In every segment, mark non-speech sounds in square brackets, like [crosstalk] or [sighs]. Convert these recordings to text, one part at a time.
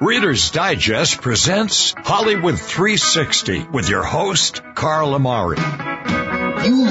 Reader's Digest presents Hollywood 360 with your host, Carl Amari. You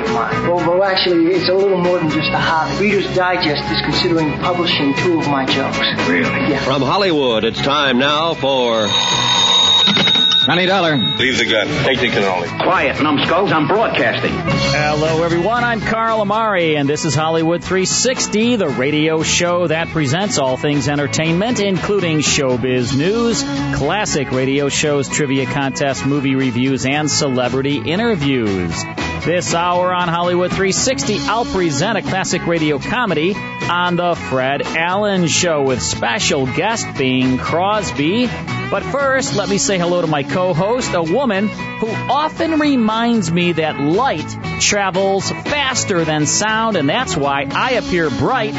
of mine. Well, well, actually, it's a little more than just a hobby. Reader's Digest is considering publishing two of my jokes. Really? Yeah. From Hollywood, it's time now for. Johnny Dollar. Leave the gun. Take the cannoli. Quiet, numbskulls. I'm broadcasting. Hello, everyone. I'm Carl Amari, and this is Hollywood 360, the radio show that presents all things entertainment, including showbiz news, classic radio shows, trivia contests, movie reviews, and celebrity interviews. This hour on Hollywood 360, I'll present a classic radio comedy on The Fred Allen Show with special guest being Crosby. But first, let me say hello to my co host, a woman who often reminds me that light travels faster than sound, and that's why I appear bright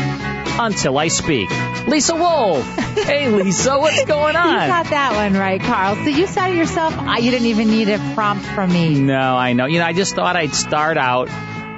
until I speak. Lisa Wolf. [laughs] Hey, Lisa, what's going on? You got that one right, Carl. So you said it yourself. I, you didn't even need a prompt from me. No, I know. You know, I just thought I'd start out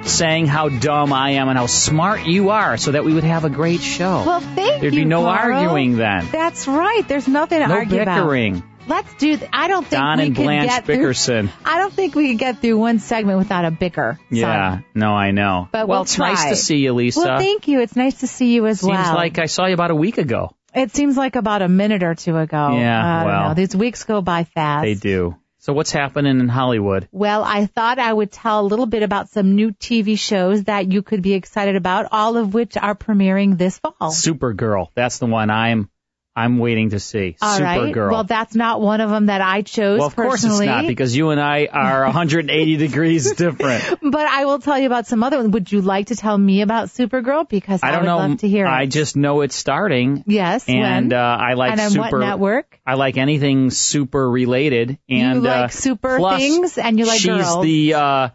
saying how dumb I am and how smart you are so that we would have a great show. Well, thank Oh. There'd you. be no Carl. arguing then. That's right. There's nothing to no argue bickering. about. Let's do. Th- I don't think Don we and could Blanche get Bickerson. Through, I don't think we could get through one segment without a bicker. Yeah, Sorry. no, I know. But well, we'll it's try. nice to see you, Lisa. Well, thank you. It's nice to see you as Seems well. like I saw you about a week ago. it seems like about a minute or two ago. Yeah, I don't well. know. these weeks go by fast. They do. So what's happening in Hollywood? Well, I thought I would tell a little bit about some new TV shows that you could be excited about, all of which are premiering this fall. Supergirl. That's the one I'm I'm waiting to see. All right. Supergirl. Well, that's not one of them that I chose Well, of course personally. it's not because you and I are 180 [laughs] degrees different. but I will tell you about some other one. Would you like to tell me about Supergirl? Because I, I don't would know. love to hear. I it. just know it's starting. yes. And uh, when? I like and on super. what network? I like anything super related. And you like uh, super plus, things and you like she's girls. the uh,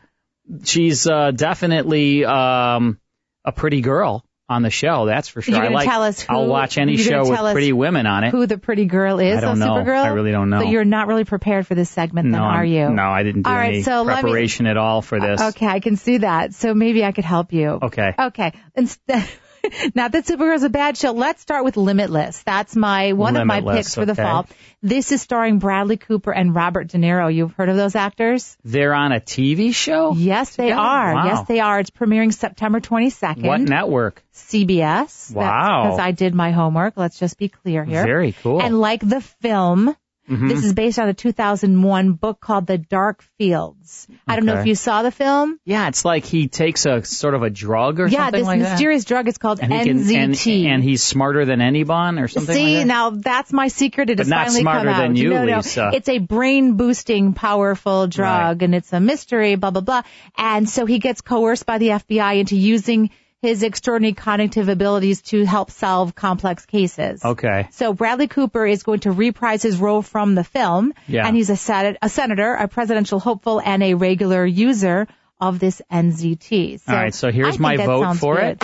she's uh, definitely um, a pretty girl on the show. That's for sure. You're I gonna like. tell us who- I'll watch any you're gonna show with tell us pretty women on it. who the pretty girl is I don't of know. Supergirl. I really don't know. So you're not really prepared for this segment, no, then, are I'm- you? No, I didn't do All right, any so let me- Uh, preparation at all for this. Okay, I can see that. So maybe I could help you. Okay. Okay. Instead, [laughs] not that Supergirl's a bad show. Let's start with Limitless. That's my one of my Limitless, picks for the okay. fall. This is starring Bradley Cooper and Robert De Niro. You've heard of those actors? They're on a TV show. Yes, they are. Wow. Yes, they are. It's premiering September 22nd. What network? CBS. Wow. Because I did my homework. Let's just be clear here. Very cool. Mm-hmm. And like the film, this is based on a 2001 book called The Dark Fields. I don't know Okay. if you saw the film. yeah, it's like he takes a sort of a drug or Yeah, something this like that. mysterious drug is called and he can- NZT. and, and he's smarter than anyone or something See, like that. now that's my secret. It But has not finally smarter come out. than you, no, no. Lisa. It's a brain boosting, powerful drug, and it's a mystery, blah, blah, blah. And so he gets coerced by the FBI into using his extraordinary cognitive abilities to help solve complex cases. okay. So Bradley Cooper is going to reprise his role from the film, Yeah. and he's a, sen- a senator, a presidential hopeful, and a regular user of this NZT. So All right, so I here's think my that vote sounds for it. good.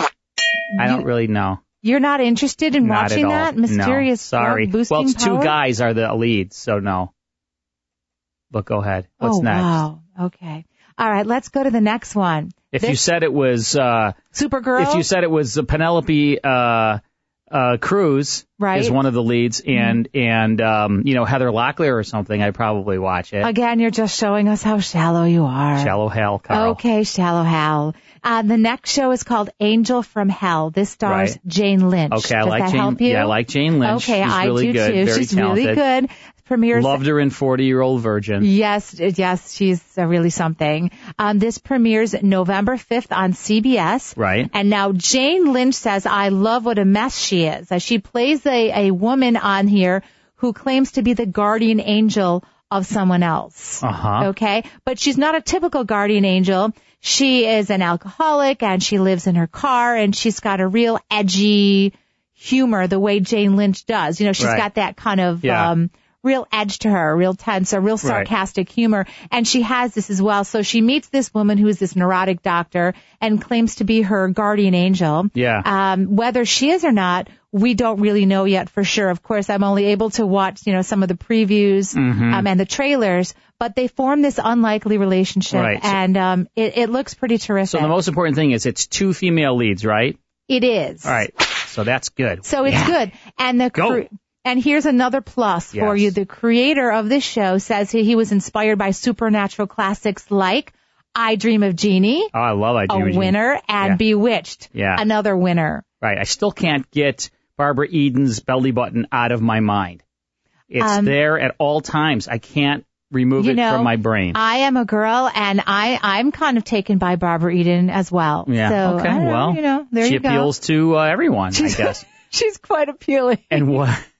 I don't really know. You're not interested in Not watching at all. that mysterious no, sorry. drug boosting well, it's power? two guys are the leads, so no. But go ahead. What's oh, next? Wow. Okay. All right. Let's go to the next one. If This- you said it was, uh, Supergirl. if you said it was uh, Penelope uh, uh, Cruz Right. is one of the leads, and and um, you know Heather Locklear or something, I'd probably watch it. Again, you're just showing us how shallow you are. Shallow Hell, Carl. Okay, Shallow Hal. Uh, the next show is called Angel from Hell. This stars Right. Jane Lynch. Okay, I Does like that Jane. help you? Yeah, I like Jane Lynch. Okay, She's I really do good, too. very She's talented. really good. Premieres Loved her in 40 Year Old Virgin. Yes, yes, she's uh, really something. Um, this premieres November 5th on CBS. Right. And now Jane Lynch says, I love what a mess she is. Uh, She plays a, a woman on here who claims to be the guardian angel of someone else. Uh-huh. Okay. But she's not a typical guardian angel. She is an alcoholic and she lives in her car and she's got a real edgy, humor the way Jane Lynch does. You know, she's Right. got that kind of Yeah. um, real edge to her, real tense, a real sarcastic humor, and she has this as well. So she meets this woman who is this neurotic doctor and claims to be her guardian angel. Yeah. Um, whether she is or not, we don't really know yet for sure. Of course, I'm only able to watch, you know, some of the previews Mhm. um, and the trailers, but they form this unlikely relationship, Right. and um, it, it looks pretty terrific. So the most important thing is it's two female leads, right? it is. All right. So that's good. So it's Yeah. good. And the Go. cre- and here's another plus for you. The creator of this show says he, he was inspired by supernatural classics like I Dream of Jeannie, Oh, I love I a do. Regina. winner, and Yeah. Bewitched, Yeah. another winner. Right. I still can't get Barbara Eden's belly button out of my mind. It's Um, there at all times. I can't remove you it know, from my brain. I am a girl, and I I'm kind of taken by Barbara Eden as well. yeah. So, okay. I don't know, well, you know, there she you go. appeals to uh, everyone, I guess. [laughs] She's quite appealing. and what? [laughs]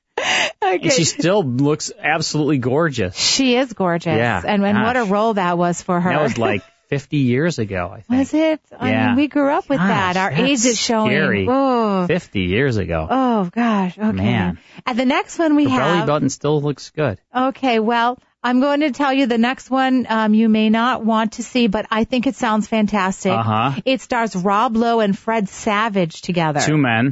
Okay. And she still looks absolutely gorgeous. She is gorgeous. Yeah, and and what a gosh. role that was for her. That was [laughs] like 50 years ago. I think. Was it? I Yeah. mean, we grew up with that. Our that's age is showing. scary. Oh. 50 years ago. Oh gosh. Okay. Man. And the next one we Her belly have. button still looks good. Okay. Well, I'm going to tell you the next one um, you may not want to see, but I think it sounds fantastic. Uh-huh. It stars Rob Lowe and Fred Savage together. Two men.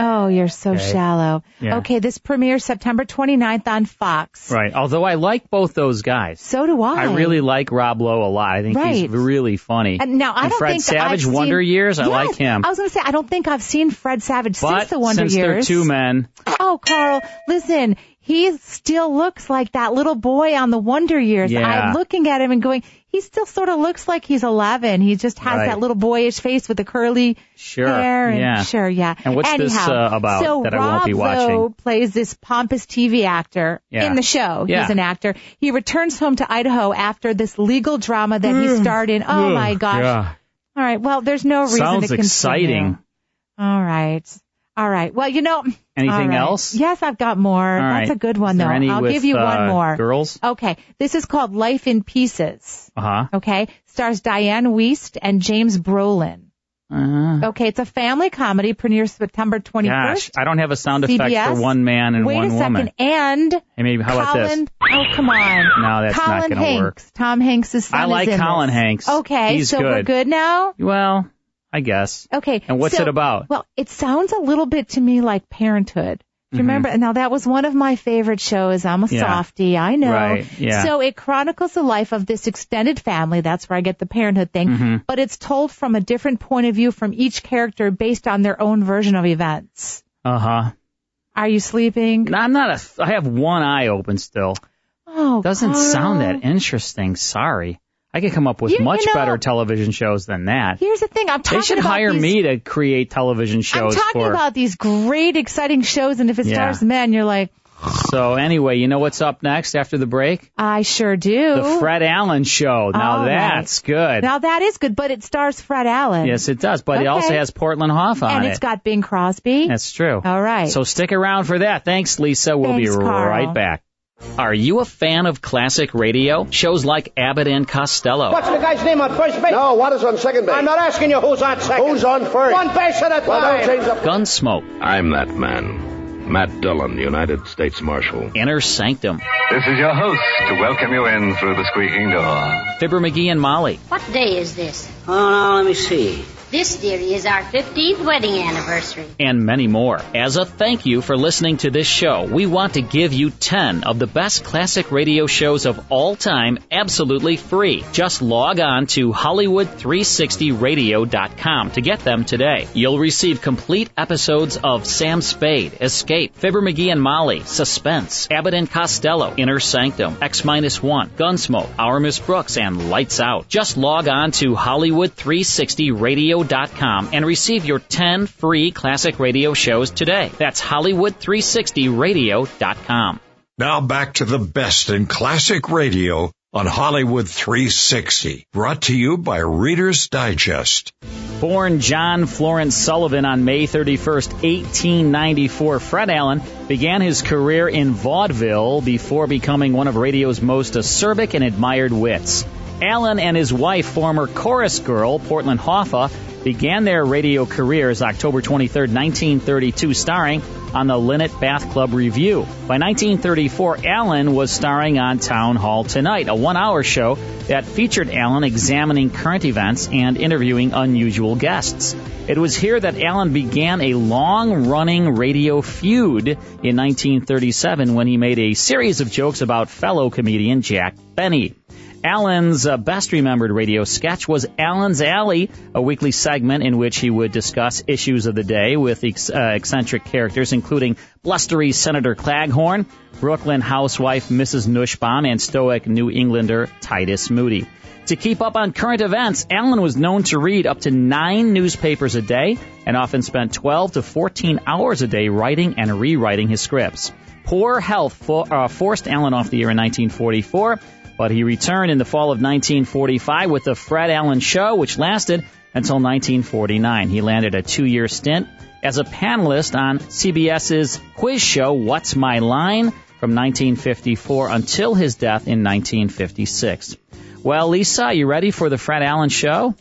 Oh, you're so Okay. shallow. Yeah. Okay. This premieres September 29th on Fox. Right. Although I like both those guys. So do I. I really like Rob Lowe a lot. I think he's Right. really funny. And now I don't Fred think Savage, I've seen- Wonder Years, I Yes, like him. I was going to say I don't think I've seen Fred Savage but since the Wonder since Years. they're two men, Oh, Carl, listen, he still looks like that little boy on the Wonder Years. Yeah. I'm looking at him and going, he still sort of looks like he's 11. He just has Right. that little boyish face with the curly sure, hair. And, yeah, Sure, yeah. And what's this, Anyhow, uh, about so that I won't be Rob watching? Lowe plays this pompous TV actor Yeah. in the show. Yeah. He's an actor. He returns home to Idaho after this legal drama that he starred in. Oh my gosh. Mm. Yeah. All right. Well, there's no reason to Sounds continue. exciting. All right. All right. Well, you know. Anything all right. else? Yes, I've got more. All That's right. a good one Is there though. any I'll with, give you uh, one more. girls? Okay. This is called Life in Pieces. Uh huh. Okay. Stars Diane Wiest and James Brolin. Okay. It's a family comedy. Premieres September 21st. Uh-huh. Gosh, I don't have a sound effect CBS? for one man and Wait one a second. woman. And Hey, maybe how about Colin. this? Oh, come on. No, that's Colin not going to Hanks. work. Tom Hanks' son I is like in Colin this. Hanks. Okay. He's so we're good. good now. Well, I guess. Okay. And what's so- it about? Well, it sounds a little bit to me like Parenthood. Do you remember? Now that was one of my favorite shows. I'm a Mm-hmm. Yeah. softie. I know. Right, yeah. So it chronicles the life of this extended family. That's where I get the parenthood thing. Mhm. But it's told from a different point of view from each character based on their own version of events. Uh huh. Are you sleeping? No, I'm not a. I have one eye open still. Oh, Doesn't Carl. sound that interesting. Sorry. I could come up with You- you much know- better television shows than that. Here's the thing. I'm talking They should about hire these- me to create television I'm shows talking for. about these great, exciting shows, and if it Yeah. stars men, you're like, So anyway, you know what's up next after the break? I sure do. The Fred Allen Show. Now All right. that's good. Now that is good, but it stars Fred Allen. yes, it does. But it also Okay. has Portland Hoff on and it. has got Bing Crosby. that's true. All right. So stick around for that. Thanks, Lisa. We'll Thanks, be Carl. right back. Are you a fan of classic radio? Shows like Abbott and Oh. Costello. What's the guy's name on first base? No, what is on second base? I'm not asking you who's on second. Who's on first? One base at a Well, time. don't change the Gunsmoke. I'm that man. Matt Dillon, United States Marshal. Inner Sanctum. This is your host to welcome you in through the squeaking door. Fibber McGee and Molly. What day is this? Oh, now let me see. This, dearie, is our 15th wedding anniversary. and many more. As a thank you for listening to this show, we want to give you 10 of the best classic radio shows of all time absolutely free. Just log on to Hollywood360radio.com to get them today. You'll receive complete episodes of Sam Spade, Escape, Fibber McGee and Molly, Suspense, Abbott and Costello, Inner Sanctum, X Minus One, Gunsmoke, Our Miss Brooks, and Lights Out. Just log on to Hollywood360radio.com and receive your 10 free classic radio shows today. That's Hollywood360radio.com. Now back to the best in classic radio on Hollywood 360, brought to you by Reader's Digest. Born John Florence Sullivan on May 31st, 1894, Fred Allen began his career in vaudeville before becoming one of radio's most acerbic and admired wits. Allen and his wife, former chorus girl Portland Hoffa, began their radio careers October 23, 1932, starring on the Linnet Bath Club Review. By 1934, Allen was starring on Town Hall Tonight, a one hour show that featured Allen examining current events and interviewing unusual guests. It was here that Allen began a long running radio feud in 1937 when he made a series of jokes about fellow comedian Jack Benny. Allen's uh, best remembered radio sketch was Allen's Alley, a weekly segment in which he would discuss issues of the day with ex- uh, eccentric characters, including blustery Senator Claghorn, Brooklyn housewife Mrs. Nussbaum, and stoic New Englander Titus Moody. To keep up on current events, Allen was known to read up to nine newspapers a day and often spent 12 to 14 hours a day writing and rewriting his scripts. Poor health fo- uh, forced Allen off the air in 1944 but he returned in the fall of 1945 with the Fred Allen Show, which lasted until 1949. He landed a two year stint as a panelist on CBS's quiz show, What's My Line, from 1954 until his death in 1956. Well, Lisa, you ready for the Fred Allen Show?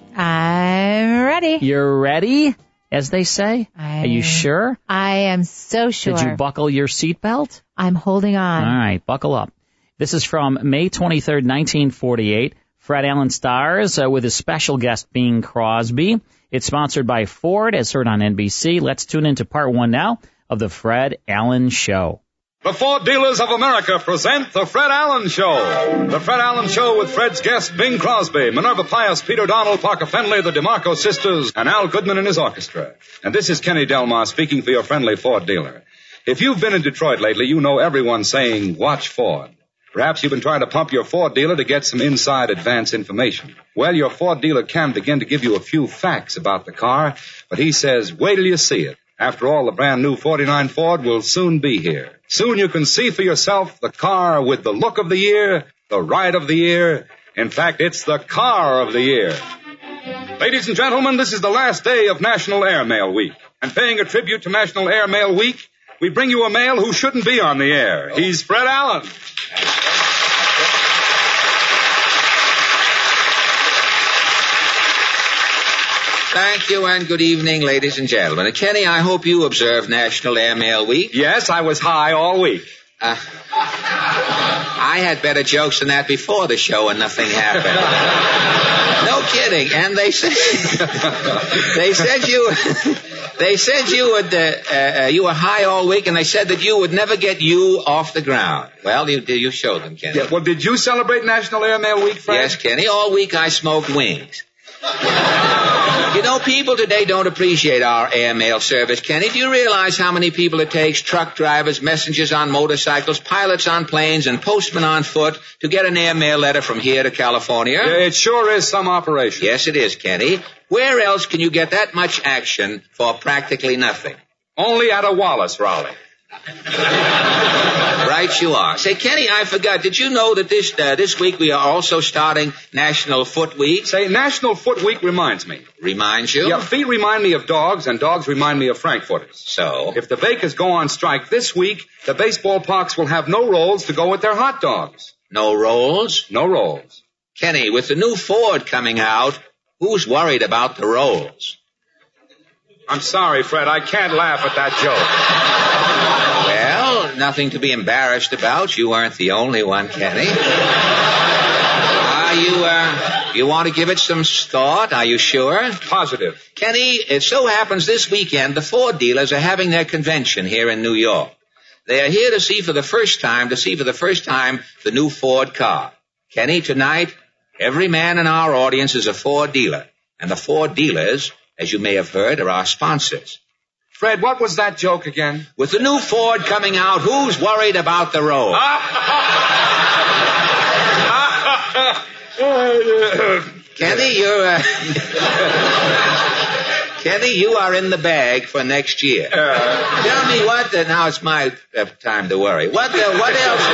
I'm ready. You're ready, as they say? I- Are you sure? I am so sure. Did you buckle your seatbelt? I'm holding on. All right, buckle up. This is from May 23rd, 1948. Fred Allen stars uh, with his special guest Bing Crosby. It's sponsored by Ford, as heard on NBC. Let's tune into part one now of the Fred Allen Show. The Ford Dealers of America present The Fred Allen Show. The Fred Allen Show with Fred's guest Bing Crosby, Minerva Pius, Peter Donald, Parker Fenley, the DeMarco sisters, and Al Goodman and his orchestra. And this is Kenny Delmar speaking for your friendly Ford dealer. If you've been in Detroit lately, you know everyone saying, watch Ford. Perhaps you've been trying to pump your Ford dealer to get some inside advance information. Well, your Ford dealer can begin to give you a few facts about the car, but he says, wait till you see it. After all, the brand new 49 Ford will soon be here. Soon you can see for yourself the car with the look of the year, the ride of the year. In fact, it's the car of the year. Ladies and gentlemen, this is the last day of National Airmail Week. And paying a tribute to National Airmail Week, we bring you a male who shouldn't be on the air. He's Fred Allen. Thank you and good evening, ladies and gentlemen. Uh, Kenny, I hope you observed National Airmail Week. Yes, I was high all week. Uh, I had better jokes than that before the show and nothing happened. no kidding. And they said, [laughs] they said you, [laughs] they said you would, uh, uh, you were high all week and they said that you would never get you off the ground. Well, you, you showed them, Kenny. Yeah, well, did you celebrate National Airmail Week, Fred? Yes, Kenny. All week I smoked wings. you know, people today don't appreciate our airmail service, Kenny. Do you realize how many people it takes truck drivers, messengers on motorcycles, pilots on planes, and postmen on foot to get an airmail letter from here to California? Yeah, it sure is some operation. Yes, it is, Kenny. Where else can you get that much action for practically nothing? Only out of Wallace, Raleigh. [laughs] right you are. Say, Kenny, I forgot. Did you know that this uh, this week we are also starting National Foot Week? Say, National Foot Week reminds me. Reminds you? Yeah, feet remind me of dogs, and dogs remind me of frankfurters. So? If the bakers go on strike this week, the baseball parks will have no rolls to go with their hot dogs. No rolls? No rolls. Kenny, with the new Ford coming out, who's worried about the rolls? I'm sorry, Fred. I can't laugh at that joke. Well, nothing to be embarrassed about. You aren't the only one, Kenny. Are you, uh, you want to give it some thought? Are you sure? Positive. Kenny, it so happens this weekend the Ford dealers are having their convention here in New York. They are here to see for the first time, to see for the first time the new Ford car. Kenny, tonight, every man in our audience is a Ford dealer. And the Ford dealers, as you may have heard, are our sponsors. Fred, what was that joke again? With the new Ford coming out, who's worried about the road? Ah, [laughs] Kenny, you're. Uh... [laughs] Kenny, you are in the bag for next year. Uh... Tell me what. The... Now it's my uh, time to worry. What? The... What else?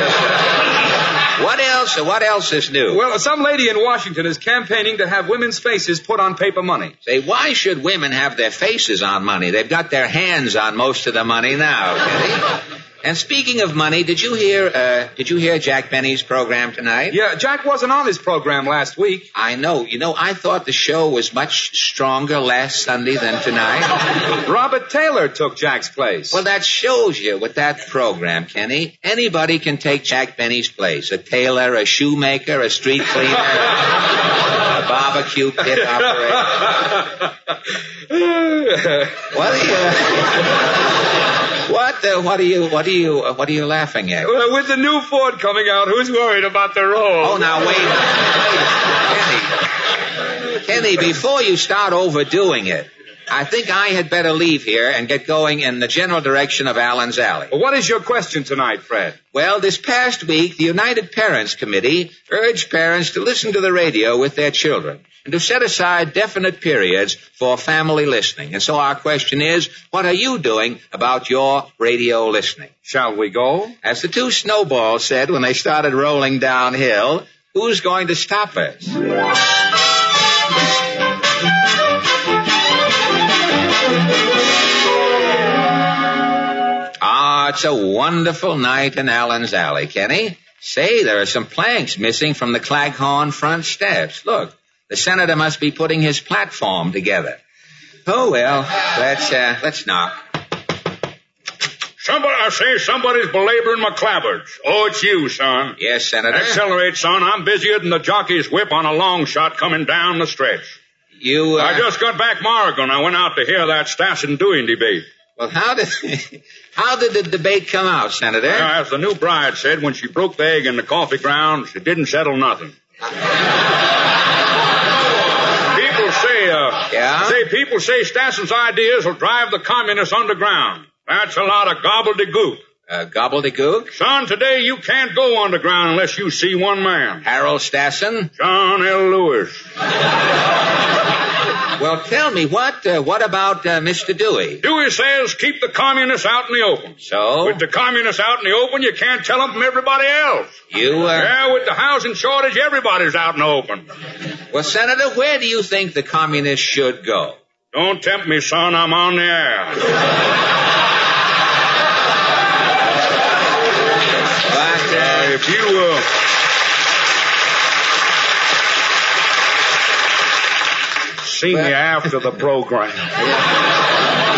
what else? What else is new? Well, some lady in Washington is campaigning to have women's faces put on paper money. Say, why should women have their faces on money? They've got their hands on most of the money now, Kenny. And speaking of money, did you hear? Uh, did you hear Jack Benny's program tonight? Yeah, Jack wasn't on his program last week. I know. You know, I thought the show was much stronger last Sunday than tonight. [laughs] Robert Taylor took Jack's place. Well, that shows you with that program, Kenny. Anybody can take Jack Benny's place. A tailor, a shoemaker, a street cleaner, a barbecue pit [laughs] operator. what are you? What uh, what are you what are you uh, what are you laughing at? [laughs] Well, with the new Ford coming out, who's worried about the roll? Oh, now wait, wait. Kenny, Kenny, before you start overdoing it, I think I had better leave here and get going in the general direction of Allen's Alley. What is your question tonight, Fred? Well, this past week, the United Parents Committee urged parents to listen to the radio with their children and to set aside definite periods for family listening. And so our question is, what are you doing about your radio listening? Shall we go? As the two snowballs said when they started rolling downhill, who's going to stop us? Ah, it's a wonderful night in Allen's Alley, Kenny. Say, there are some planks missing from the Claghorn front steps. Look, the senator must be putting his platform together. Oh well, let's uh, let's knock. Somebody, I say somebody's belaboring my clapboards. Oh, it's you, son. Yes, Senator. Accelerate, son. I'm busier than the jockey's whip on a long shot coming down the stretch. You. Uh... I just got back Morrigan. I went out to hear that Stass and Dewey debate. Well, how did [laughs] how did the debate come out, Senator? Well, as the new bride said, when she broke the egg in the coffee ground, she didn't settle nothing. people say, uh, yeah? say people say Stassen's ideas will drive the communists underground. That's a lot of gobbledygook. Uh, gobbledygook? Son, today you can't go underground unless you see one man. Harold Stassen? John L. Lewis. Well, tell me what uh, what about uh, Mr. Dewey? Dewey says keep the communists out in the open. So, with the communists out in the open, you can't tell them from everybody else. You uh... yeah, with the housing shortage, everybody's out in the open. Well, Senator, where do you think the communists should go? Don't tempt me, son. I'm on the air. but uh... if you. see me after the program.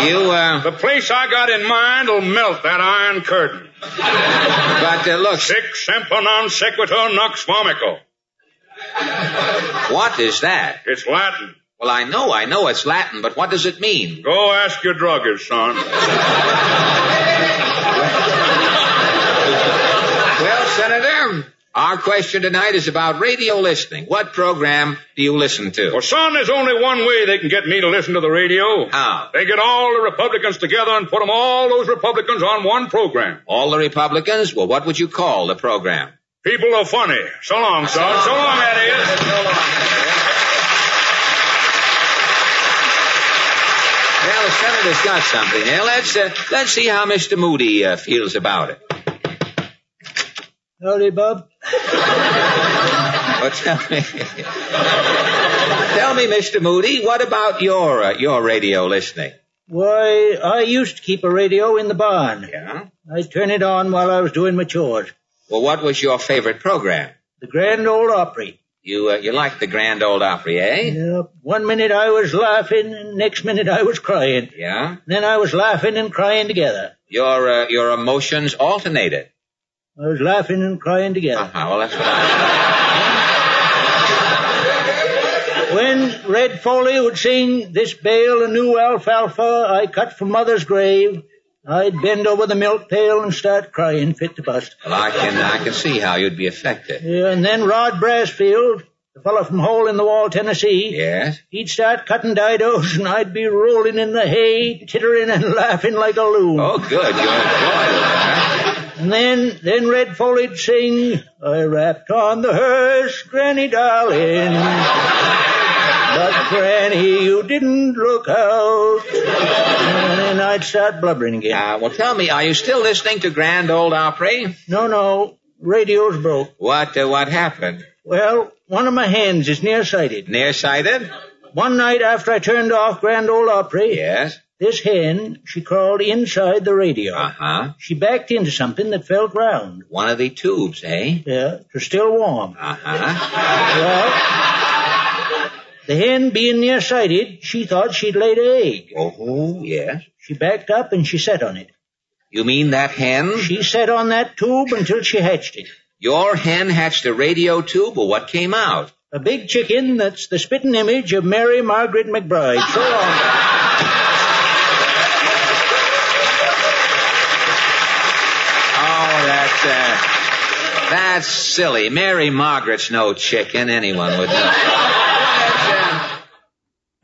you, uh... The place I got in mind will melt that iron curtain. But, uh, look... Sic semper non sequitur nux vomico. What is that? It's Latin. Well, I know, I know it's Latin, but what does it mean? Go ask your druggist, son. well, Senator... Our question tonight is about radio listening. What program do you listen to? Well, son, there's only one way they can get me to listen to the radio. How? They get all the Republicans together and put them all those Republicans on one program. All the Republicans? Well, what would you call the program? People are funny. So long, son. So long, so long that is. Well, the senator's got something here. Let's uh, let's see how Mr. Moody uh, feels about it. Howdy, [laughs] Bob. well, tell me, tell me, Mr. Moody, what about your uh, your radio listening? Why, I used to keep a radio in the barn. Yeah. I turned it on while I was doing my chores. Well, what was your favorite program? The Grand Old Opry. You uh, you liked the Grand Old Opry, eh? Yeah. One minute I was laughing, and next minute I was crying. Yeah. Then I was laughing and crying together. Your uh, your emotions alternated. I was laughing and crying together. Uh-huh. Well, that's what I. when Red Foley would sing "This bale of new alfalfa I cut from Mother's grave," I'd bend over the milk pail and start crying fit to bust. Well, I can I can see how you'd be affected. Yeah, Uh, and then Rod Brassfield, the fellow from Hole in the Wall, Tennessee. Yes. He'd start cutting didos, and I'd be rolling in the hay, tittering and [laughs] laughing like a loon. Oh, good, you're employed. Huh? And then, then Red Foley'd sing, I wrapped on the hearse, Granny [laughs] darling. But Granny, you didn't look out. And then I'd start blubbering again. Uh, well, tell me, are you still listening to Grand Old Opry? No, no. Radio's broke. What, uh, what happened? Well, one of my hands is nearsighted. Nearsighted? One night after I turned off Grand Old Opry. Yes. This hen, she crawled inside the radio. Uh-huh. She backed into something that felt round. One of the tubes, eh? Yeah, it was still warm. Uh-huh. Well, the hen being nearsighted, she thought she'd laid an egg. Oh, yes. She backed up and she sat on it. You mean that hen? She sat on that tube until she hatched it. Your hen hatched a radio tube, or what came out? A big chicken that's the spitting image of Mary Margaret [laughs] McBride. So Oh, long. Uh, that's silly. Mary Margaret's no chicken. Anyone would know.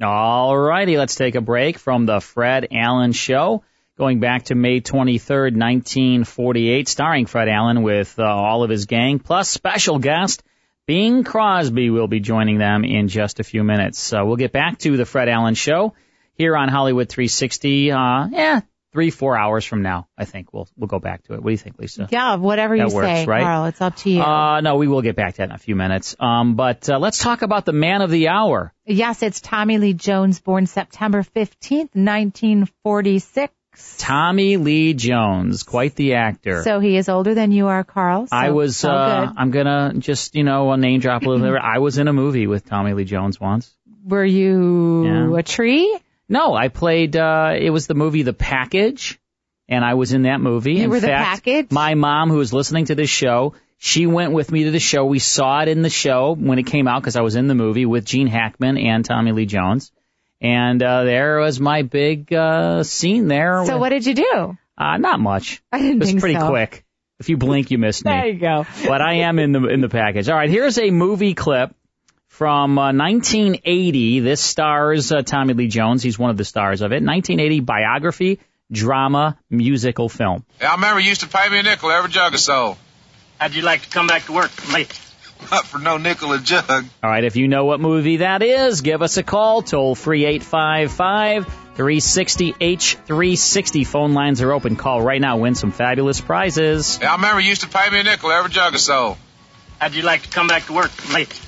All righty, let's take a break from the Fred Allen Show. Going back to May 23rd, 1948, starring Fred Allen with uh, all of his gang, plus special guest Bing Crosby will be joining them in just a few minutes. So we'll get back to the Fred Allen Show here on Hollywood 360. Uh, yeah, three, four hours from now, I think we'll we'll go back to it. What do you think, Lisa? Yeah, whatever you that works, say, right? Carl. It's up to you. Uh, no, we will get back to that in a few minutes. Um, but uh, let's talk about the man of the hour. Yes, it's Tommy Lee Jones, born September fifteenth, nineteen forty-six. Tommy Lee Jones, quite the actor. So he is older than you are, Carl. So, I was. So uh, I'm gonna just you know name drop a little bit. I was in a movie with Tommy Lee Jones once. Were you yeah. a tree? No, I played. Uh, it was the movie The Package, and I was in that movie. You in were fact, the package. My mom, who was listening to this show, she went with me to the show. We saw it in the show when it came out because I was in the movie with Gene Hackman and Tommy Lee Jones, and uh, there was my big uh, scene there. So with, what did you do? Uh, not much. [laughs] I didn't it was think pretty so. quick. If you blink, you miss me. there you go. [laughs] but I am in the in the package. All right, here's a movie clip from uh, 1980. This stars uh, Tommy Lee Jones. He's one of the stars of it. 1980 biography, drama, musical film. Yeah, I remember you used to pay me a nickel every jug or so. How'd you like to come back to work late? Not for no nickel a jug. All right, if you know what movie that is, give us a call. Toll free 855 360 H360. Phone lines are open. Call right now. Win some fabulous prizes. Yeah, I remember you used to pay me a nickel every jug or so. How'd you like to come back to work late?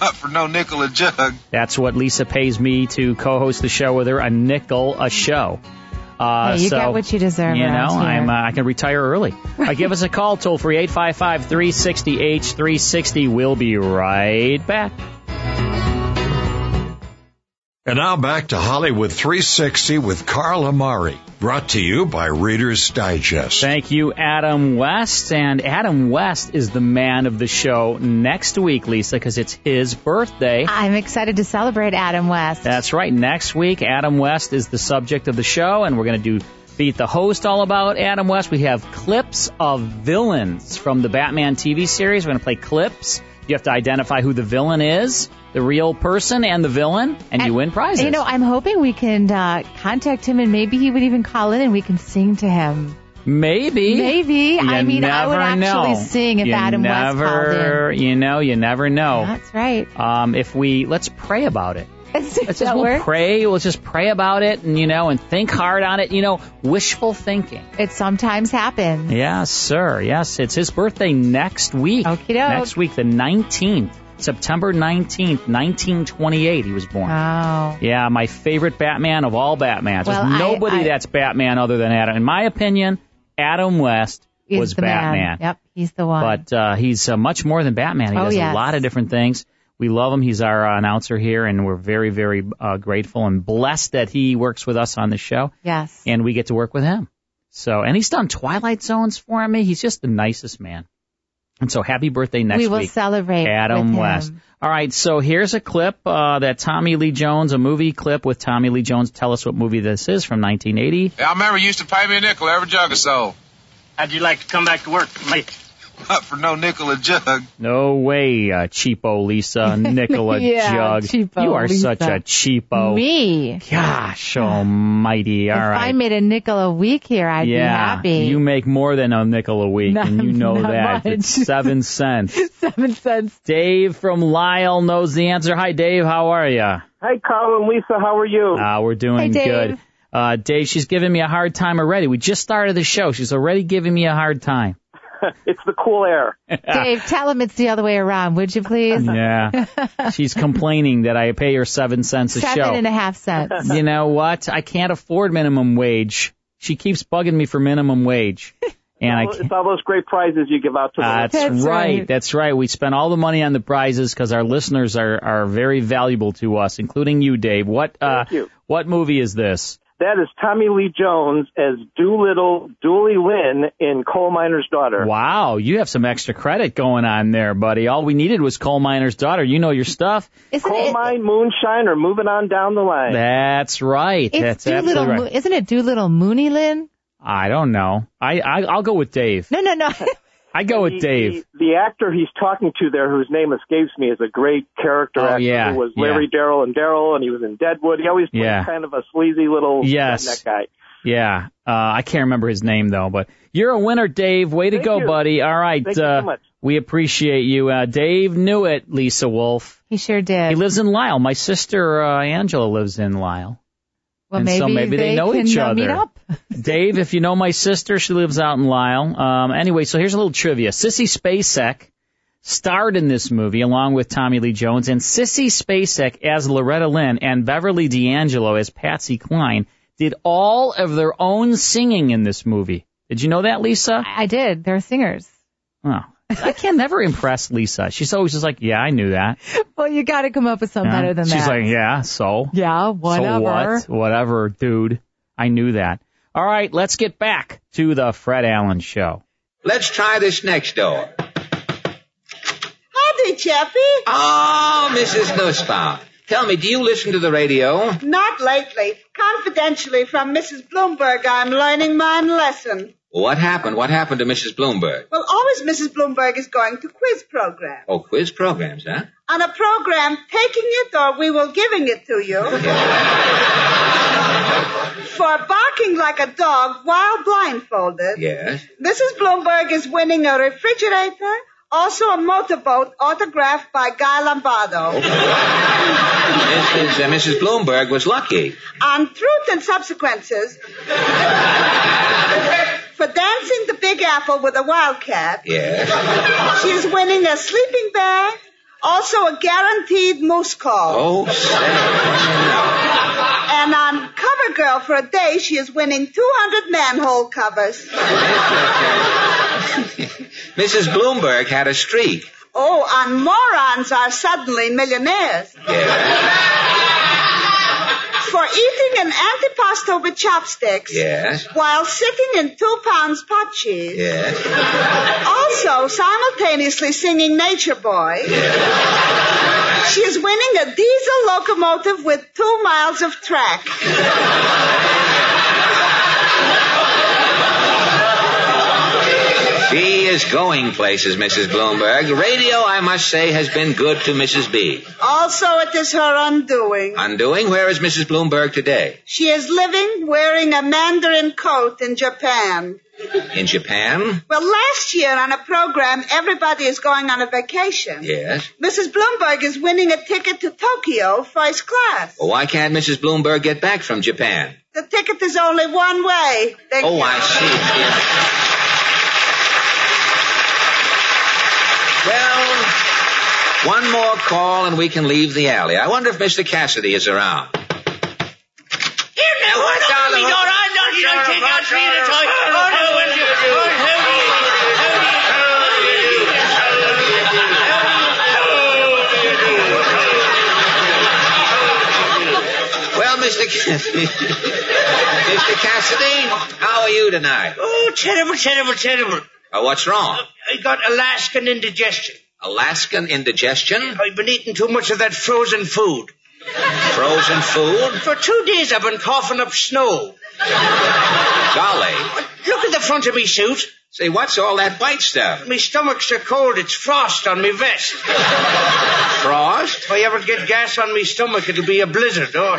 Not for no nickel a jug. That's what Lisa pays me to co-host the show with her, a nickel a show. Uh, hey, you so, get what you deserve. You know, around here. I'm uh, I can retire early. uh, give us a call toll free eight five five three sixty h 360 We'll be right back. And now back to Hollywood 360 with Carl Amari, brought to you by Reader's Digest. Thank you, Adam West. And Adam West is the man of the show next week, Lisa, because it's his birthday. I'm excited to celebrate Adam West. That's right. Next week, Adam West is the subject of the show, and we're going to do Beat the Host all about Adam West. We have clips of villains from the Batman TV series. We're going to play clips. You have to identify who the villain is, the real person and the villain, and, And- you win prizes. You know, I'm hoping we can uh, contact him and maybe he would even call in and we can sing to him. [laughs] Maybe. Maybe. You I mean, I would never actually know. sing if you Adam West never, called You know, you never know. in. That's right. Um, if we let's pray about it. Does Let's just that we'll work? pray. We'll just pray about it, and you know, and think hard on it. You know, wishful thinking. It sometimes happens. Yes, sir. Yes, it's his birthday next week. Okie doke. Next week, the nineteenth, September nineteenth, nineteen twenty-eight. He was born. Wow. Yeah, my favorite Batman of all Batmans. Well, I- There's nobody I- that's Batman other than Adam. In my opinion, Adam West He's was the Batman. Man. Yep, he's the one. But uh, he's uh, much more than Batman. He Oh, does yes. a lot of different things. We love him. He's our uh, announcer here, and we're very, very uh, grateful and blessed that he works with us on the show, yes. and we get to work with him. So, and he's done Twilight Zones for me. He's just the nicest man. And so, happy birthday next we will week, celebrate Adam with him. West. All right, so here's a clip uh, that Tommy Lee Jones, a movie clip with Tommy Lee Jones. Tell us what movie this is from 1980. Yeah, I remember you used to pay me a nickel every jug or so. How'd you like to come back to work late? Not for no nickel a jug. No way, uh, cheapo [laughs] Lisa, Nicola Yeah, Jug. cheapo you are Lisa. such a cheapo. Me. Gosh almighty. All if I right. made a nickel a week here, I'd yeah, [laughs] be happy. you make more than a nickel a week, Not- [laughs] and you know not that. It's much. [laughs] seven cents. Seven cents. Dave from Lyle knows the answer. Hi, Dave. How are you? Hi, Colin. Lisa, how are you? Ah, we're doing Hey, Dave. good. Uh, Dave, she's giving me a hard time already. We just started the show. She's already giving me a hard time. [laughs] it's the cool air. [laughs] Dave, tell him it's the other way around, would you please? [laughs] Yeah. She's complaining that I pay her seven cents a Seven show. and a half cents. You know what? I can't afford minimum wage. She keeps bugging me for minimum [laughs] wage. And I It's all those great prizes you give out to. That's, right. That's right. We spent all the money on the prizes because our listeners are, are very valuable to us, including you, Dave. What uh, you. what movie is this? That is Tommy Lee Jones as Doolittle Dooley Lynn in Coal Miner's Daughter. Wow, you have some extra credit going on there, buddy. All we needed was coal miner's daughter. You know your stuff. Coal mine moonshiner, moving on down the line. That's right. It's That's Doolittle, absolutely right. Mo- isn't it Doolittle Mooney Lynn? I don't know. I, I I'll go with Dave. No, no, [laughs] no. I go with The- Dave. The, the actor he's talking to there, whose name escapes me, is a great character Oh, actor yeah, who was yeah. Larry Darrell and Darrell, and he was in Deadwood. He always plays Yeah. kind of a sleazy little Yes. redneck guy. Yeah. Uh, I can't remember his name though, but you're a winner, Dave. Way to Thank go, you. buddy. All right. Thank you uh, so much. We appreciate you. Uh, Dave knew it, Lisa Wolf. He sure did. He lives in Lyle. My sister uh, Angela lives in Lyle. Well, and maybe, so maybe they, know can each uh, other. meet up. Dave, if you know my sister, she lives out in Lyle. Um, anyway, so here's a little trivia. Sissy Spacek starred in this movie along with Tommy Lee Jones, and Sissy Spacek as Loretta Lynn and Beverly D'Angelo as Patsy Cline did all of their own singing in this movie. Did you know that, Lisa? I did. They're singers. Oh. I can never impress Lisa. She's always just like, yeah, I knew that. Well, you got to come up with something better than Uh-huh. She's that. like, yeah, so. yeah, whatever. So what? Whatever, dude. I knew that. All right, let's get back to the Fred Allen show. Let's try this next door. Howdy, Chappie. Oh, Mrs. Nussbaum. Tell me, do you listen to the radio? Not lately. Confidentially from Mrs. Bloomberg, I'm learning my lesson. What happened? What happened to Mrs. Bloomberg? Well, always Mrs. Bloomberg is going to quiz program. Oh, quiz programs, huh? On a program, taking it or we will giving it to [laughs] you. For barking like a dog while blindfolded. Yes. Mrs. Bloomberg is winning a refrigerator, also a motorboat autographed by Guy Lombardo. [laughs] Mrs. Uh, Mrs. Bloomberg was lucky. on truth and subsequences [laughs] for dancing the Big Apple with a wildcat. Yes. She is winning a sleeping bag, also a guaranteed moose call. Oh, And on Cover Girl for a day, she is winning 200 manhole covers. Mrs. Bloomberg had a streak. Oh, on Morons Are Suddenly Millionaires. For eating an antipasto with chopsticks. Yes. while sitting in two pounds pot cheese. Yes. Also, simultaneously singing Nature Boy. She is winning a diesel locomotive with two miles of track. She is going places, Mrs. Bloomberg. Radio, I must say, has been good to Mrs. B. Also, it is her undoing. Undoing, where is Mrs. Bloomberg today? She is living wearing a mandarin coat in Japan. In Japan? Well, last year on a program, everybody is going on a vacation. Yes. Mrs. Bloomberg is winning a ticket to Tokyo first class. Well, why can't Mrs. Bloomberg get back from Japan? The ticket is only one way. Thank Oh, you. I see. Well, one more call and we can leave the alley. I wonder if Mr. Cassidy is around. [laughs] Well, Mr. Cassidy. Mr. Cassidy, how are you tonight? Oh, terrible, terrible, terrible. Uh, what's wrong? I got Alaskan indigestion. Alaskan indigestion? I've been eating too much of that frozen food. Frozen food? For two days I've been coughing up snow. Golly. Look at the front of me suit. Say, what's all that white stuff? My stomach's so cold it's frost on me vest. Frost? If I ever get gas on me stomach, it'll be a blizzard. Oh.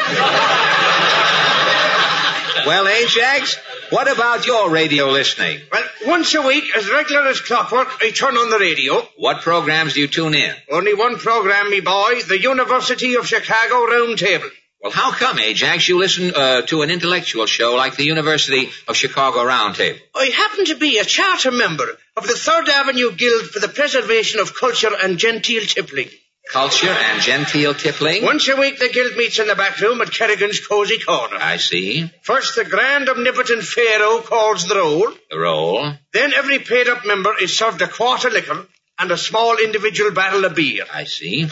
Well, Ajax, what about your radio listening? Well, once a week, as regular as clockwork, I turn on the radio. What programs do you tune in? Only one program, me boy, the University of Chicago Roundtable. Well, how come, Ajax, you listen uh, to an intellectual show like the University of Chicago Roundtable? I happen to be a charter member of the Third Avenue Guild for the Preservation of Culture and Genteel Tippling. Culture and genteel tippling? Once a week, the guild meets in the back room at Kerrigan's Cozy Corner. I see. First, the grand omnipotent pharaoh calls the roll. The roll? Then every paid-up member is served a quart of liquor and a small individual barrel of beer. I see.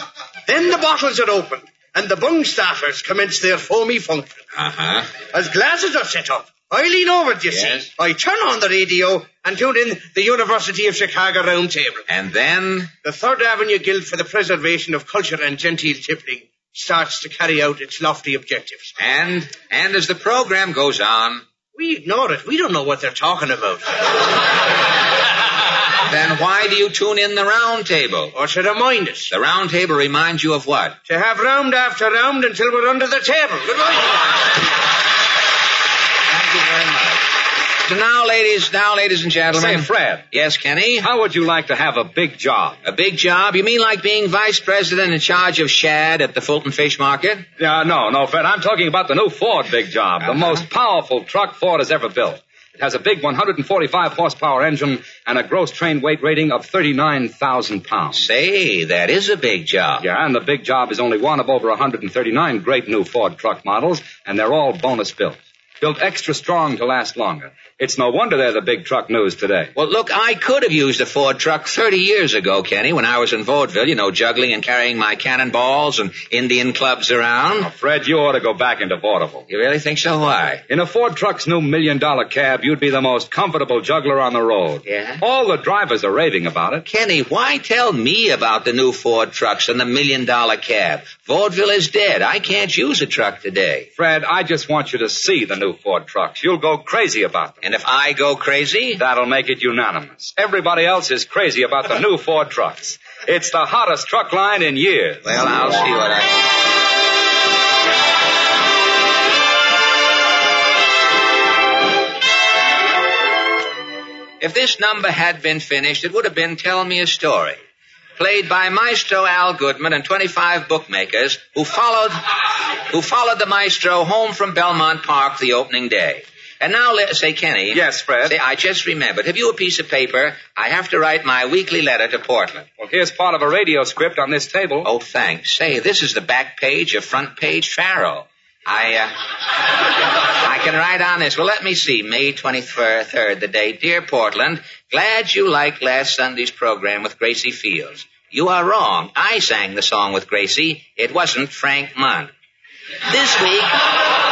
Then the bottles are opened and the bung staffers commence their foamy function. Uh-huh. As glasses are set up, I lean over, do you yes. see? I turn on the radio and tune in the University of Chicago Roundtable. And then? The Third Avenue Guild for the Preservation of Culture and Genteel Tippling starts to carry out its lofty objectives. And? And as the program goes on? We ignore it. We don't know what they're talking about. [laughs] Then why do you tune in the round table? Or to remind us. The round table reminds you of what? To have round after round until we're under the table. Goodbye. Thank you very much. So now, ladies, now, ladies and gentlemen. Say, Fred. Yes, Kenny? How would you like to have a big job? A big job? You mean like being vice president in charge of shad at the Fulton Fish Market? Yeah, uh, no, no, Fred. I'm talking about the new Ford big job. Uh-huh. The most powerful truck Ford has ever built. It has a big 145 horsepower engine and a gross train weight rating of 39,000 pounds. Say, that is a big job. Yeah, and the big job is only one of over 139 great new Ford truck models, and they're all bonus built. Built extra strong to last longer. It's no wonder they're the big truck news today. Well, look, I could have used a Ford truck 30 years ago, Kenny, when I was in vaudeville, you know, juggling and carrying my cannonballs and Indian clubs around. Now, Fred, you ought to go back into vaudeville. You really think so? Why? In a Ford truck's new million dollar cab, you'd be the most comfortable juggler on the road. Yeah? All the drivers are raving about it. Kenny, why tell me about the new Ford trucks and the million dollar cab? Vaudeville is dead. I can't use a truck today. Fred, I just want you to see the new Ford trucks. You'll go crazy about them. And if I go crazy? That'll make it unanimous. Everybody else is crazy about the new Ford trucks. It's the hottest truck line in years. Well, I'll see what I can. If this number had been finished, it would have been Tell Me a Story, played by Maestro Al Goodman and 25 bookmakers who followed, who followed the maestro home from Belmont Park the opening day. And now, let, say, Kenny. Yes, Fred. Say, I just remembered. Have you a piece of paper? I have to write my weekly letter to Portland. Well, here's part of a radio script on this table. Oh, thanks. Say, this is the back page of front page Faro. I, uh, I can write on this. Well, let me see. May 23rd, the date. Dear Portland, glad you liked last Sunday's program with Gracie Fields. You are wrong. I sang the song with Gracie. It wasn't Frank Munn. This week,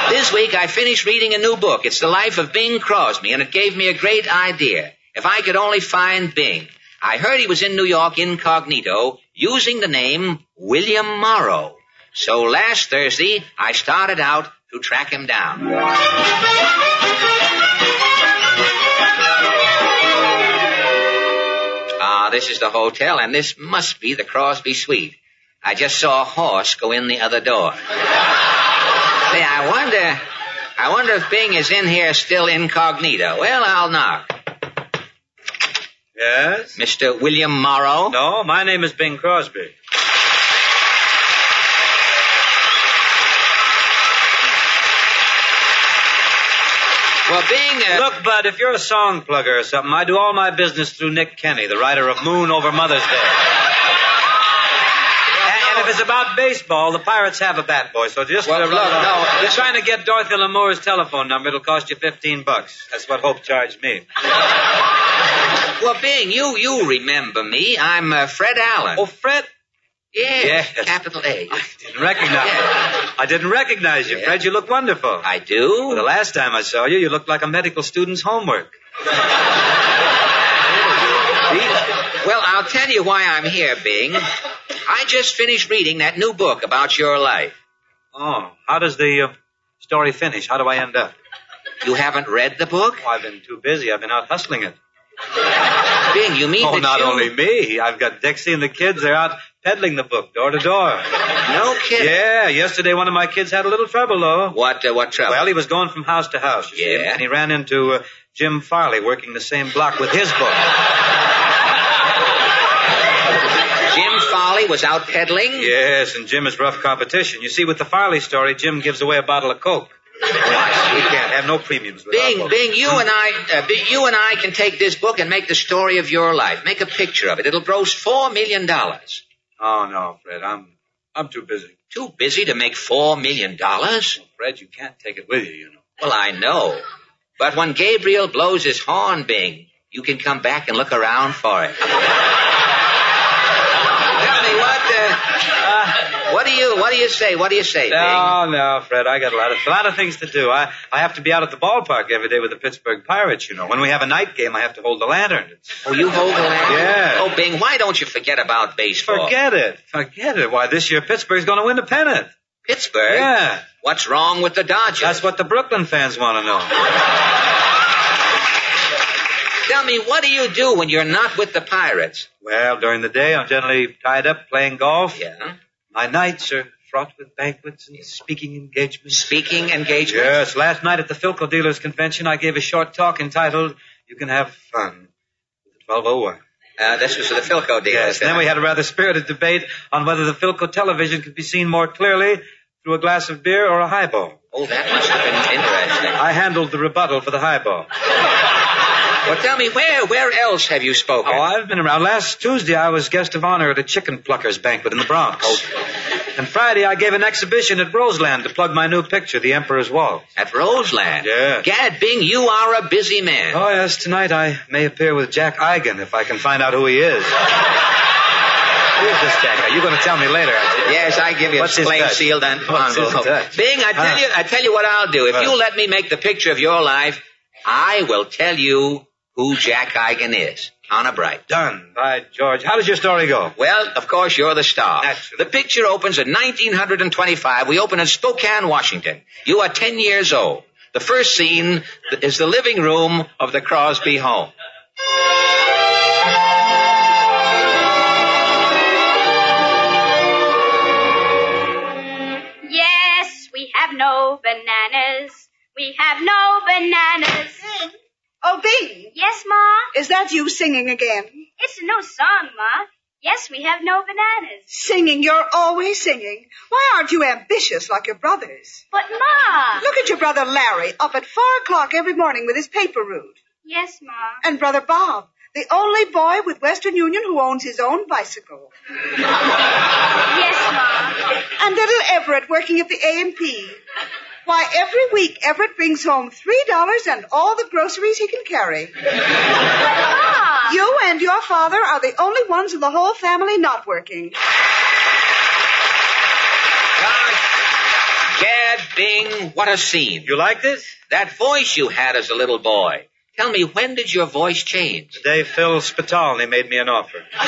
this week I finished reading a new book. It's The Life of Bing Crosby, and it gave me a great idea. If I could only find Bing. I heard he was in New York incognito using the name William Morrow. So last Thursday, I started out to track him down. Ah, this is the hotel, and this must be the Crosby suite. I just saw a horse go in the other door. [laughs] Say, I wonder, I wonder if Bing is in here still incognito. Well, I'll knock. Yes? Mr. William Morrow? No, my name is Bing Crosby. Well, Bing. Uh... Look, Bud, if you're a song plugger or something, I do all my business through Nick Kenny, the writer of Moon Over Mother's [laughs] Day. And if it's about baseball, the Pirates have a bat boy, so just well, let no, no, They're trying to get Dorothy Lamour's telephone number. It'll cost you fifteen bucks. That's what Hope charged me. Well, Bing, you you remember me? I'm uh, Fred Allen. Oh, Fred. Yeah, Yes. capital A. I didn't recognize. Yeah. You. I didn't recognize you, Yeah. Fred. You look wonderful. I do. The last time I saw you, you looked like a medical student's homework. Well, I'll tell you why I'm here, Bing. I just finished reading that new book about your life. Oh, how does the uh, story finish? How do I end up? You haven't read the book? Oh, I've been too busy. I've been out hustling it. Bing, you mean oh, that not you... only me. I've got Dixie and the kids. They're out peddling the book door to door. No kidding. Yeah, yesterday one of my kids had a little trouble, though. What, uh, what trouble? Well, he was going from house to house, you see, Yeah. and he ran into uh, Jim Farley working the same block with his book. Jim Farley was out peddling? Yes, and Jim is rough competition. You see, with the Farley story, Jim gives away a bottle of Coke. We can't have no premiums without Bing, Coke. Bing, you and I, uh, Bing, you and I can take this book and make the story of your life. Make a picture of it. It'll gross four million dollars. Oh, no, Fred. I'm I'm too busy. Too busy to make four million dollars? Fred, you can't take it with you, you know. Well, I know. But when Gabriel blows his horn, Bing, you can come back and look around for it. Tell me what. Uh, uh, what do you What do you say? What do you say, Bing? No, no, Fred. I got a lot of a lot of things to do. I I have to be out at the ballpark every day with the Pittsburgh Pirates. You know, when we have a night game, I have to hold the lantern. It's, Oh, you hold the lamp? Yeah. Oh, Bing, why don't you forget about baseball? forget it, forget it. Why this year Pittsburgh's going to win the pennant? Pittsburgh. Yeah, What's wrong with the Dodgers? that's what the Brooklyn fans want to know. Tell me, what do you do when you're not with the Pirates? Well, during the day, I'm generally tied up playing golf. Yeah. My nights are fraught with banquets and speaking engagements. Speaking engagement? Yes, last night at the Philco Dealers Convention, I gave a short talk entitled, You Can Have Fun. 1201. Uh, this was for the Philco deal. Yes, and then we had a rather spirited debate on whether the Philco television could be seen more clearly through a glass of beer or a highball. Oh, that must have been interesting. I handled the rebuttal for the highball. Well, tell me, where where else have you spoken? Oh, I've been around. Last Tuesday, I was guest of honor at a chicken pluckers banquet in the Bronx. Oh, And Friday, I gave an exhibition at Roseland to plug my new picture, The Emperor's Waltz. At Roseland. Yeah. Gad Bing, you are a busy man. Oh, yes, tonight I may appear with Jack Eigen if I can find out who he [laughs] is. who is this Jack? Are you going to tell me later? aren't you? Yes, I give you What's a his plain touch? sealed and What's his envelope. touch? Bing, I tell Huh. you, I tell you what I'll do. If Well. you let me make the picture of your life, I will tell you who Jack Eigen is. Honor bright. Done. By George. How does your story go? Well, of course, you're the star. Naturally. The picture opens in 1925. We open in Spokane, Washington. You are 10 years old. The first scene th- is the living room of the Crosby home. Yes, we have no bananas. We have no bananas. Bing. Oh, Bing. Yes, Ma? Is that you singing again? It's no song, Ma. Yes, we have no bananas. Singing. You're always singing. Why aren't you ambitious like your brothers? But, Ma! Look at your brother Larry up at four o'clock every morning with his paper route. Yes, Ma. And brother Bob, the only boy with Western Union who owns his own bicycle. Yes, Ma. And little Everett working at the A&P. Why, every week Everett brings home three dollars and all the groceries he can carry. Ma! You and your father are the only ones in the whole family not working. God, Gad Bing, what a scene. You like this? That voice you had as a little boy. Tell me, when did your voice change? Today, Phil Spitalny made me an [laughs] offer. Oh,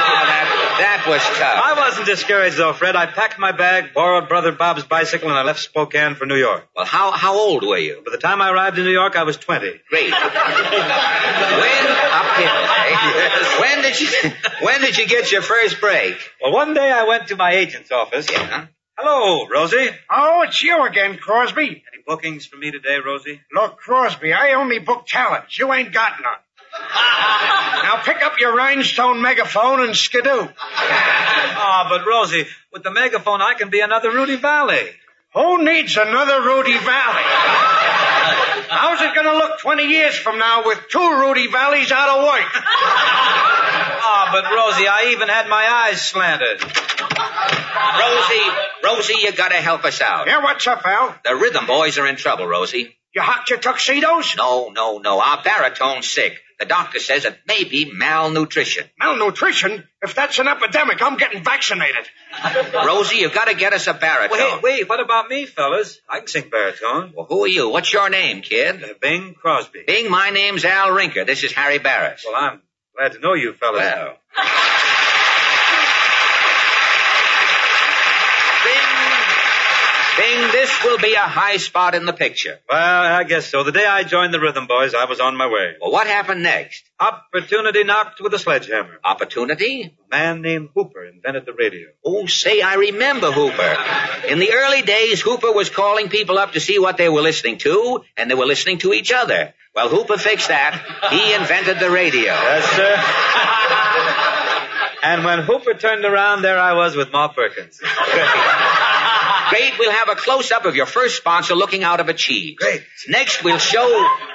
that, that was tough. I wasn't discouraged, though, Fred. I packed my bag, borrowed Brother Bob's bicycle, and I left Spokane for New York. Well, how, how old were you? By the time I arrived in New York, I was 20. Great. When uphill, eh? When did you when did you get your first break? Well, one day I went to my agent's office. Yeah. Hello, Rosie. Oh, it's you again, Crosby. Any bookings for me today, Rosie? Look, Crosby, I only book talent. You ain't got [laughs] none. now pick up your rhinestone megaphone and skidoo. Ah, but Rosie, with the megaphone, I can be another Rudy Valley. Who needs another Rudy Valley? How's it gonna look 20 years from now with two Rudy Valleys out of work? Ah, but Rosie, I even had my eyes slanted. Rosie, Rosie, you gotta help us out. Yeah, what's up, Al? The rhythm boys are in trouble, Rosie. You hocked your tuxedos? No, no, no. Our baritone's sick. The doctor says it may be malnutrition. Malnutrition? If that's an epidemic, I'm getting vaccinated. Rosie, you gotta get us a baritone. Wait, wait, what about me, fellas? I can sing baritone. Well, who are you? What's your name, kid? Uh, Bing Crosby. Bing, my name's Al Rinker. This is Harry Barris. Well, I'm glad to know you fellas. Well. Bing, Bing, this This will be a high spot in the picture. Well, I guess so. The day I joined the Rhythm Boys, I was on my way. Well, what happened next? Opportunity knocked with a sledgehammer. Opportunity? A man named Hooper invented the radio. Oh, say, I remember Hooper. In the early days, Hooper was calling people up to see what they were listening to, and they were listening to each other. Well, Hooper fixed that. He invented the radio. Yes, sir. and when Hooper turned around, there I was with Ma Perkins. Great. We'll have a close-up of your first sponsor looking out of a cheese. Great. Next, we'll show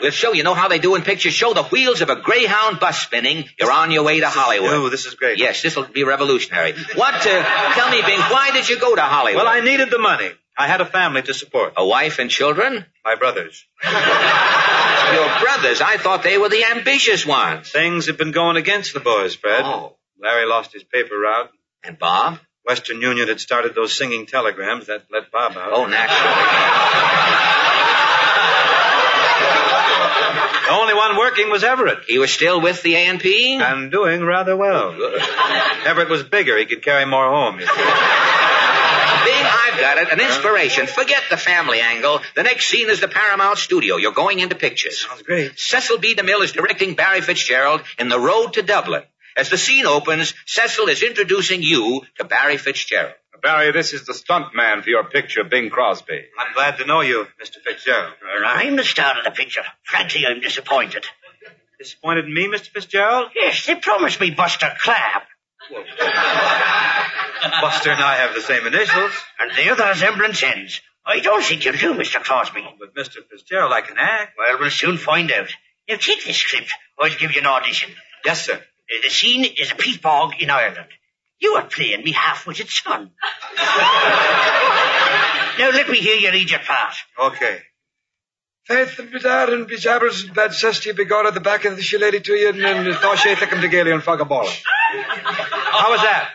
we'll show you know how they do in pictures. Show the wheels of a Greyhound bus spinning. You're on your way to Hollywood. Oh, this is great. Yes, this will be revolutionary. What? Uh, tell me, Bing, why did you go to Hollywood? Well, I needed the money. I had a family to support. A wife and children? My brothers. [laughs] your brothers? I thought they were the ambitious ones. Things have been going against the boys, Fred. Oh. Larry lost his paper route. And Bob? Western Union had started those singing telegrams that let Bob out. Oh, naturally. [laughs] the only one working was Everett. He was still with the A&P? And doing rather well. Everett was bigger. He could carry more home. You Bing, I've got it. An inspiration. Forget the family angle. The next scene is the Paramount studio. You're going into pictures. Sounds great. Cecil B. DeMille is directing Barry Fitzgerald in The Road to Dublin. As the scene opens, Cecil is introducing you to Barry Fitzgerald. Barry, this is the stunt man for your picture, Bing Crosby. I'm glad to know you, Mr. Fitzgerald. Well, I'm the star of the picture. Frankly, I'm disappointed. Disappointed in me, Mr. Fitzgerald? Yes, they promised me Buster Clapp. Buster and I have the same initials. And there the resemblance ends. I don't think you do, Mr. Crosby. Oh, but Mr. Fitzgerald, I can act. Well, we'll soon find out. Now take this script. I'll give you an audition. Uh, Yes, sir. The scene is a peat bog in Ireland. You are playing me half-witted son. now let me hear you read your part. Okay. Faith and bidar and bijabbers and bad sesty begorra the back of the shillady to you and then thoshe thickum to gaily and fog a ball. How was that?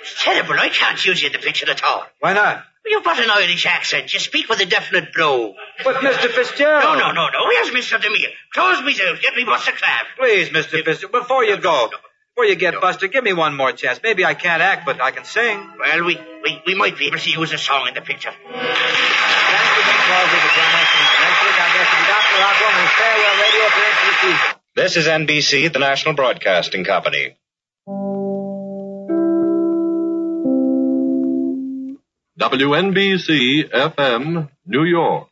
It's terrible. I can't use you in the picture at all. Why not? You've got an Irish accent. You speak with a definite blow. But Mr. Fitzgerald. No, no, no, no. Where's Mr. Demille? Close me down. Get me Buster Crab. Please, Mr. Fitzgerald, before you No, go, no. before you get No. Buster, give me one more chance. Maybe I can't act, but I can sing. Well, we, we, we might be able to use a song in the picture. Thank you, Bing Crosby, for joining us tonight. Next week, our guest will be Dr. Rockwell and his farewell radio appearance for the season. This is NBC, the National Broadcasting Company. WNBC FM, New York.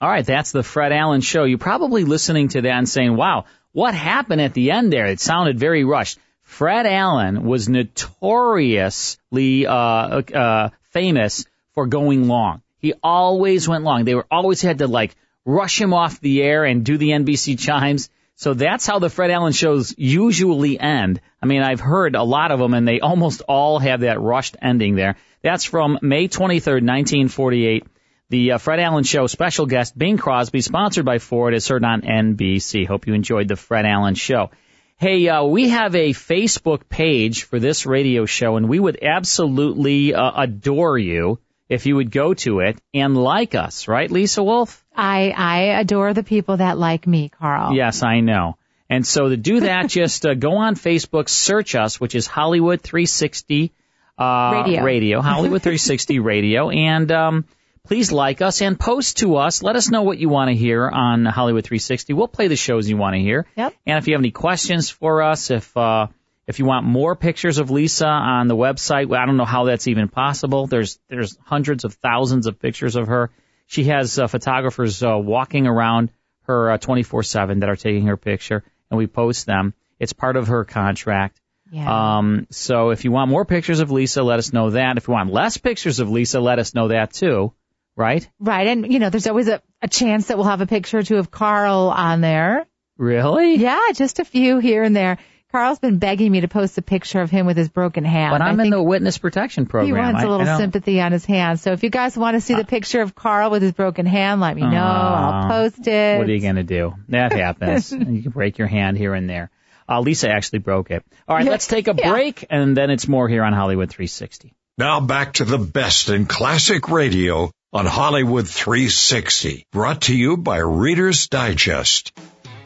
All right, that's the Fred Allen show. You're probably listening to that and saying, wow, what happened at the end there? It sounded very rushed. Fred Allen was notoriously uh, uh, famous for going long. He always went long. They were always had to like rush him off the air and do the NBC chimes. So that's how the Fred Allen shows usually end. I mean, I've heard a lot of them and they [laughs] almost all have that rushed ending there. That's from May 23rd, 1948. The uh, Fred Allen Show special guest, Bing Crosby, sponsored by Ford, is heard on NBC. Hope you enjoyed the Fred Allen Show. Hey, uh, we have a Facebook page for this radio show, and we would absolutely uh, adore you if you would go to it and like us, right, Lisa Wolf? I I adore the people that like me, Carl. Yes, I know. And so to do that, just uh, go on Facebook, search us, which is Hollywood 360 uh, Radio. Hollywood [laughs] 360 Radio, and um, please like us and post to us. Let us know what you want to hear on Hollywood 360. We'll play the shows you want to hear. Yep. And if you have any questions for us, if uh, if you want more pictures of Lisa on the website, well, I don't know how that's even possible. There's there's hundreds of thousands of pictures of her. She has uh, photographers uh, walking around her uh, 24/7 that are taking her picture, and we post them. It's part of her contract. Yeah. Um, so if you want more pictures of Lisa, let us know that. If you want less pictures of Lisa, let us know that too. Right? Right, and you know, there's always a, a chance that we'll have a picture or two of Carl on there. Really? Yeah, just a few here and there. Carl's been begging me to post a picture of him with his broken hand. But I I'm in think the witness protection program. he wants I- Uh, a little I don't- sympathy on his hand. So if you guys want to see the picture of Carl with his broken hand, let me know. I'll post it. What are you going to do? That [laughs] happens. you can break your hand here and there. Uh, Lisa actually broke it. All right, let's take a break, and then it's more here on Hollywood 360. Now back to the best in classic radio on Hollywood 360, brought to you by Reader's Digest.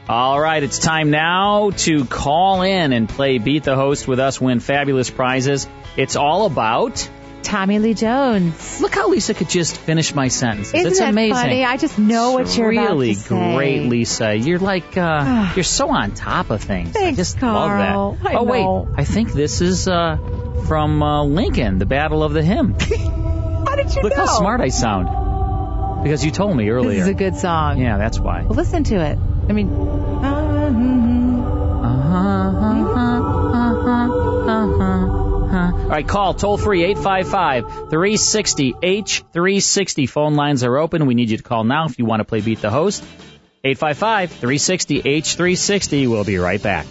All right, it's time now to call in and play Beat the Host with us, win fabulous prizes. It's all about Tommy Lee Jones. Look how Lisa could just finish my sentences. Isn't it's that amazing. funny? I just know what you're about really to say. great, Lisa. You're like [sighs] uh, you're so on top of things. I Thanks, just Carl. love that. I oh know. wait, I think this is uh, from uh, Lincoln, the Battle of the [laughs] Hymn. How did you Look know? how smart I sound because you told me earlier. This is a good song. yeah, that's why. Well, listen to it. I mean, uh-huh, uh, mhm. uh-huh, All right, call toll free 855 360 H360. Phone lines are open. We need you to call now if you want to play Beat the Host. 855 360 H360. We'll be right back.